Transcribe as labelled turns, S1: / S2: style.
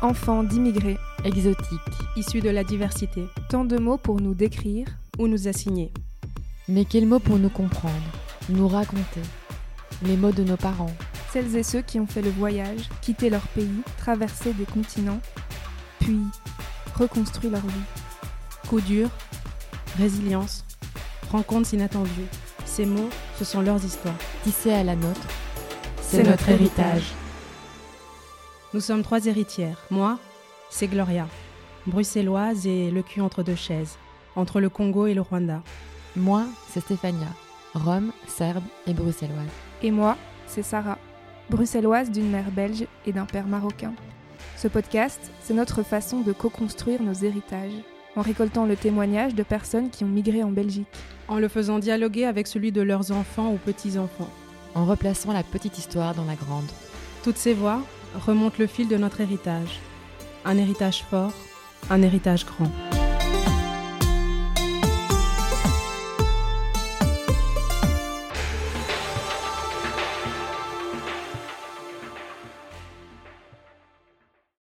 S1: enfants d'immigrés,
S2: exotiques,
S3: issus de la diversité,
S1: tant de mots pour nous décrire,
S3: ou nous assigner.
S2: Mais quels mots pour nous comprendre, nous raconter Les mots de nos parents,
S1: celles et ceux qui ont fait le voyage, quitté leur pays, traversé des continents, puis reconstruit leur vie.
S3: Coup dur, résilience, rencontres inattendues. Ces mots, ce sont leurs histoires.
S2: Tissées à la nôtre, c'est notre, notre héritage.
S3: Nous sommes trois héritières. Moi, c'est Gloria, bruxelloise et le cul entre deux chaises, entre le Congo et le Rwanda.
S2: Moi, c'est Stéphania, rome, serbe et bruxelloise.
S1: Et moi, c'est Sarah, bruxelloise d'une mère belge et d'un père marocain. Ce podcast, c'est notre façon de co-construire nos héritages, en récoltant le témoignage de personnes qui ont migré en Belgique.
S3: En le faisant dialoguer avec celui de leurs enfants ou petits-enfants.
S2: En replaçant la petite histoire dans la grande.
S3: Toutes ces voix remontent le fil de notre héritage. Un héritage fort, un héritage grand.